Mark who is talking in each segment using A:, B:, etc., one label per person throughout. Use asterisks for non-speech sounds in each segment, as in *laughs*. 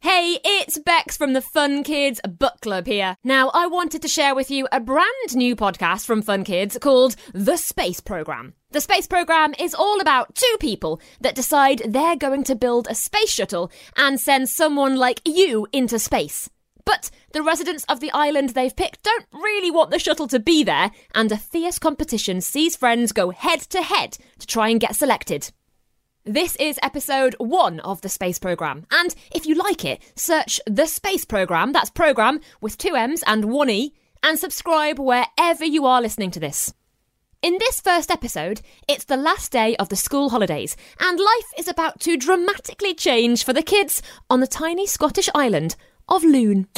A: Hey, it's Bex from the Fun Kids Book Club here. Now, I wanted to share with you a brand new podcast from Fun Kids called The Space Program. The space program is all about two people that decide they're going to build a space shuttle and send someone like you into space. But the residents of the island they've picked don't really want the shuttle to be there, and a fierce competition sees friends go head to head to try and get selected. This is episode one of the space program, and if you like it, search the space program, that's program with two M's and one E, and subscribe wherever you are listening to this. In this first episode, it's the last day of the school holidays, and life is about to dramatically change for the kids on the tiny Scottish island of Loon.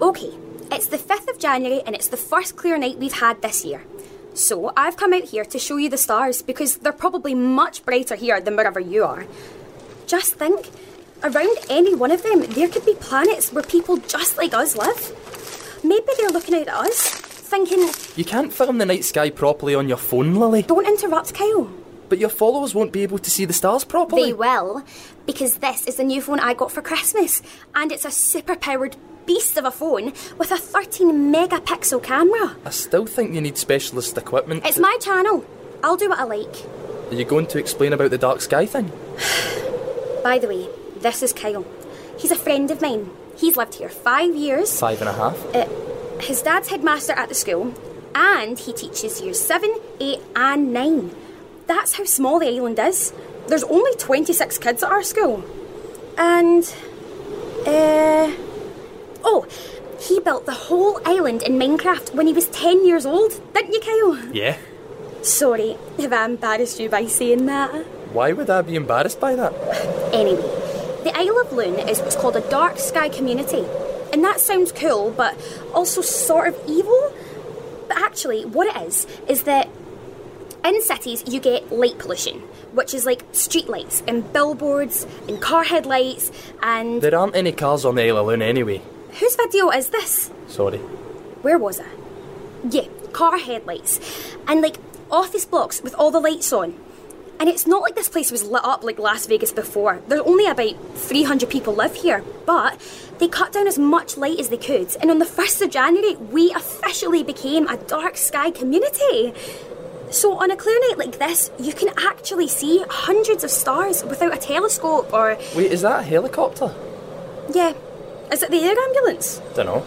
B: Okay, it's the 5th of January and it's the first clear night we've had this year. So I've come out here to show you the stars because they're probably much brighter here than wherever you are. Just think, around any one of them, there could be planets where people just like us live. Maybe they're looking out at us, thinking,
C: You can't film the night sky properly on your phone, Lily.
B: don't interrupt Kyle.
C: But your followers won't be able to see the stars properly.
B: They will, because this is the new phone I got for Christmas, and it's a super powered beast of a phone with a 13 megapixel camera.
C: I still think you need specialist equipment.
B: It's my channel. I'll do what I like.
C: Are you going to explain about the dark sky thing?
B: By the way, this is Kyle. He's a friend of mine. He's lived here five years.
C: Five and a half.
B: Uh, His dad's headmaster at the school, and he teaches years seven, eight, and nine. That's how small the island is. There's only 26 kids at our school. And. Uh. Oh, he built the whole island in Minecraft when he was 10 years old, didn't you, Kyle?
C: yeah.
B: Sorry if I embarrassed you by saying that.
C: Why would I be embarrassed by that?
B: Anyway, the Isle of Loon is what's called a dark sky community. And that sounds cool, but also sort of evil. But actually, what it is, is that in cities you get light pollution, which is like streetlights and billboards and car headlights and.
C: There aren't any cars on the Isle of Loon anyway.
B: Whose video is this?
C: Sorry.
B: Where was I? Yeah, car headlights. And like office blocks with all the lights on. And it's not like this place was lit up like Las Vegas before. There's only about 300 people live here, but they cut down as much light as they could. And on the 1st of January, we officially became a dark sky community. So on a clear night like this, you can actually see hundreds of stars without a telescope or.
C: Wait, is that a helicopter?
B: Yeah. Is it the air ambulance?
C: Dunno.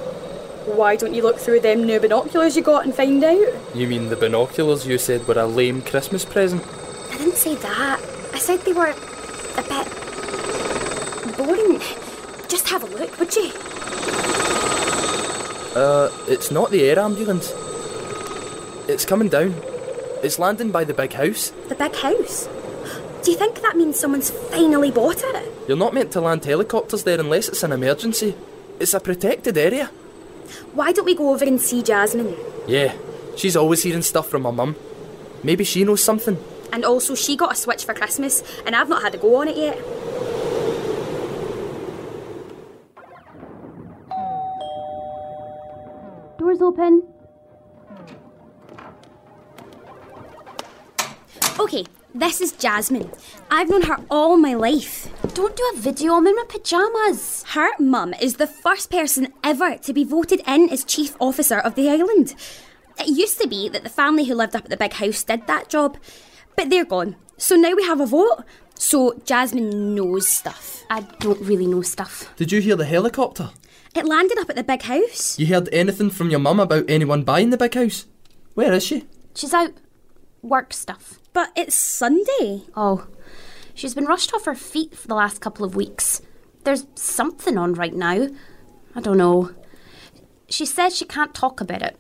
B: Why don't you look through them new binoculars you got and find out?
C: You mean the binoculars you said were a lame Christmas present?
B: I didn't say that. I said they were a bit boring. Just have a look, would you?
C: Uh, it's not the air ambulance. It's coming down. It's landing by the big house.
B: The big house. Do you think that means someone's finally bought it?
C: You're not meant to land helicopters there unless it's an emergency. It's a protected area.
B: Why don't we go over and see Jasmine?
C: Yeah, she's always hearing stuff from her mum. Maybe she knows something.
B: And also, she got a Switch for Christmas, and I've not had a go on it yet.
D: Doors open.
B: Okay, this is Jasmine. I've known her all my life.
D: Don't do a video. I'm in my pajamas.
B: Her mum is the first person ever to be voted in as chief officer of the island. It used to be that the family who lived up at the big house did that job, but they're gone. So now we have a vote. So Jasmine knows stuff.
D: I don't really know stuff.
C: Did you hear the helicopter?
B: It landed up at the big house.
C: You heard anything from your mum about anyone buying the big house? Where is she?
D: She's out. Work stuff.
B: But it's Sunday.
D: Oh. She's been rushed off her feet for the last couple of weeks. There's something on right now. I don't know. She says she can't talk about it.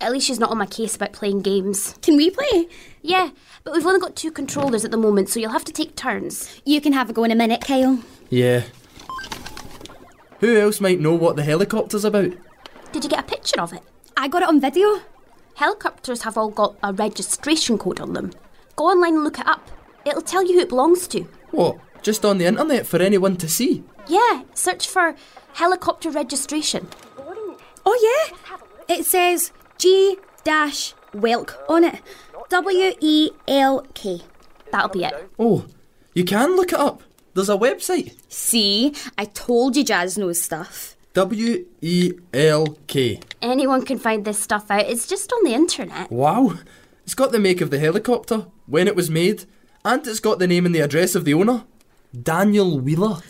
D: At least she's not on my case about playing games.
B: Can we play?
D: Yeah, but we've only got two controllers at the moment, so you'll have to take turns.
B: You can have a go in a minute, Kyle.
C: Yeah. Who else might know what the helicopter's about?
D: Did you get a picture of it?
B: I got it on video.
D: Helicopters have all got a registration code on them. Go online and look it up. It'll tell you who it belongs to.
C: What? Just on the internet for anyone to see.
D: Yeah, search for helicopter registration.
B: Oh, yeah. It says G dash Welk on it. W E L K.
D: That'll be it.
C: Oh, you can look it up. There's a website.
B: See, I told you Jazz knows stuff.
C: W E L K.
D: Anyone can find this stuff out. It's just on the internet.
C: Wow. It's got the make of the helicopter, when it was made, and it's got the name and the address of the owner Daniel Wheeler.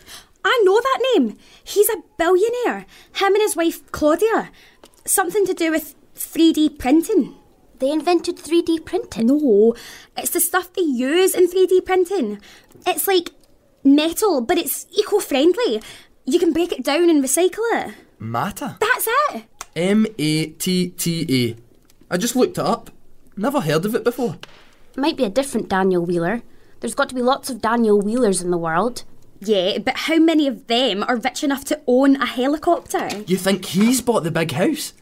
B: I know that name. He's a billionaire. Him and his wife Claudia. Something to do with 3D printing.
D: They invented 3D printing.
B: No, it's the stuff they use in 3D printing. It's like metal, but it's eco friendly. You can break it down and recycle it.
C: Mata.
B: That's it.
C: M A T T A. I just looked it up. Never heard of it before.
D: Might be a different Daniel Wheeler. There's got to be lots of Daniel Wheelers in the world.
B: Yeah, but how many of them are rich enough to own a helicopter?
C: You think he's bought the big house?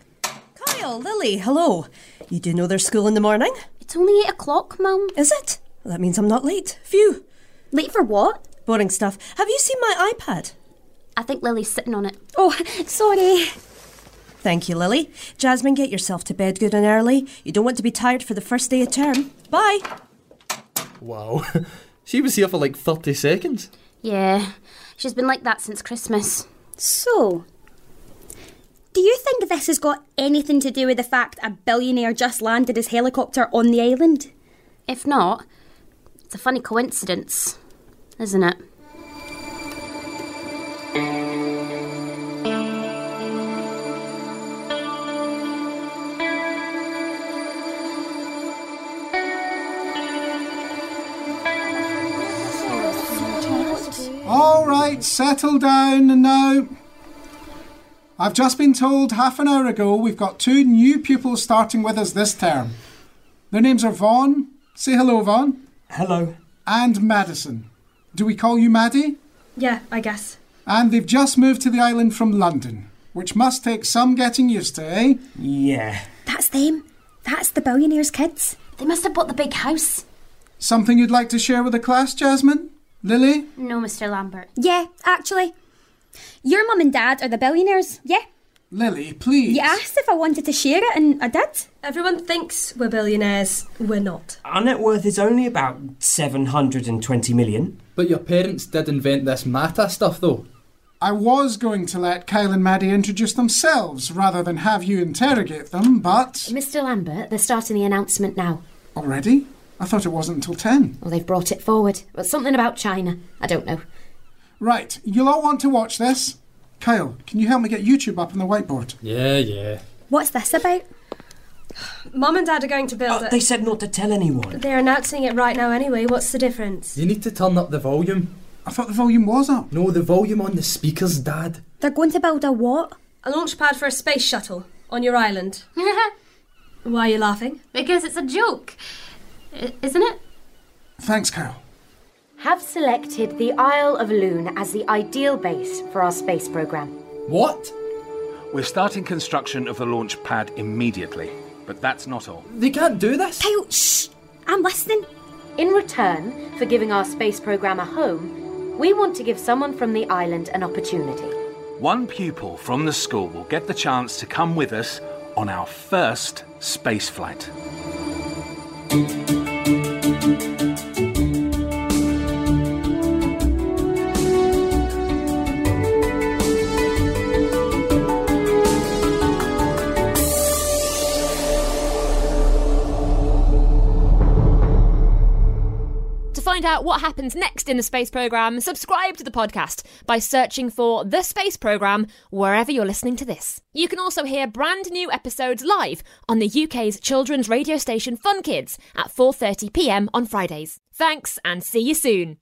E: Kyle, Lily, hello. You do know there's school in the morning,
D: It's only 8 o'clock, Mum.
E: is it? That means I'm not late. Phew.
B: Late for what?
E: Boring stuff. Have you seen my iPad?
D: I think Lily's sitting on it.
B: Oh, *laughs* sorry.
E: Thank you, Lily. Jasmine, get yourself to bed good and early. You don't want to be tired for the first day of term. Bye.
C: Wow. *laughs* she was here for like 30 seconds.
D: Yeah, she's been like that since Christmas.
B: So, do you think this has got anything to do with the fact a billionaire just landed his helicopter on the island?
D: If not, it's a funny coincidence, isn't it?
F: All right, settle down now. I've just been told half an hour ago we've got two new pupils starting with us this term. Their names are Vaughn. Say hello, Vaughn.
G: Hello.
F: And Madison. Do we call you Maddie?
B: Yeah, I guess.
F: And they've just moved to the island from London, which must take some getting used to, eh?
G: Yeah.
B: That's them. That's the billionaire's kids.
D: They must have bought the big house.
F: Something you'd like to share with the class, Jasmine? Lily?
D: No, Mr. Lambert. *laughs*
B: Yeah, actually. Your mum and dad are the billionaires, yeah?
F: Lily, please.
B: You asked if I wanted to share it, and I did.
H: Everyone thinks we're billionaires. We're not.
G: Our net worth is only about 720 million.
C: But your parents did invent this Mata stuff though.
F: I was going to let Kyle and Maddie introduce themselves rather than have you interrogate them, but.
I: Mr. Lambert, they're starting the announcement now.
F: Already? I thought it wasn't until 10.
I: Well, they've brought it forward. But something about China. I don't know.
F: Right, you'll all want to watch this. Kyle, can you help me get YouTube up on the whiteboard?
C: Yeah, yeah.
B: What's this about?
H: Mum and Dad are going to build
G: Oh,
H: it.
G: they said not to tell anyone.
H: They're announcing it right now anyway. What's the difference?
C: You need to turn up the volume.
F: I thought the volume was up.
C: No, the volume on the speakers, Dad.
B: They're going to build a what?
H: A launch pad for a space shuttle on your island. Why are you laughing?
D: because it's a joke, I- isn't it?
F: Thanks, Kyle.
I: Have selected the Isle of Loon as the ideal base for our space program.
C: What?
J: We're starting construction of the launch pad immediately, but that's not all.
C: They can't do this?
B: Kyle, shh! I'm listening.
I: In return for giving our space program a home, we want to give someone from the island an opportunity.
J: One pupil from the school will get the chance to come with us on our first space flight.
A: To find out what happens next in the space program, subscribe to the podcast by searching for The Space Program wherever you're listening to this. You can also hear brand new episodes live on the UK's children's radio station Fun Kids at 4:30 p.m. on Fridays. Thanks and see you soon.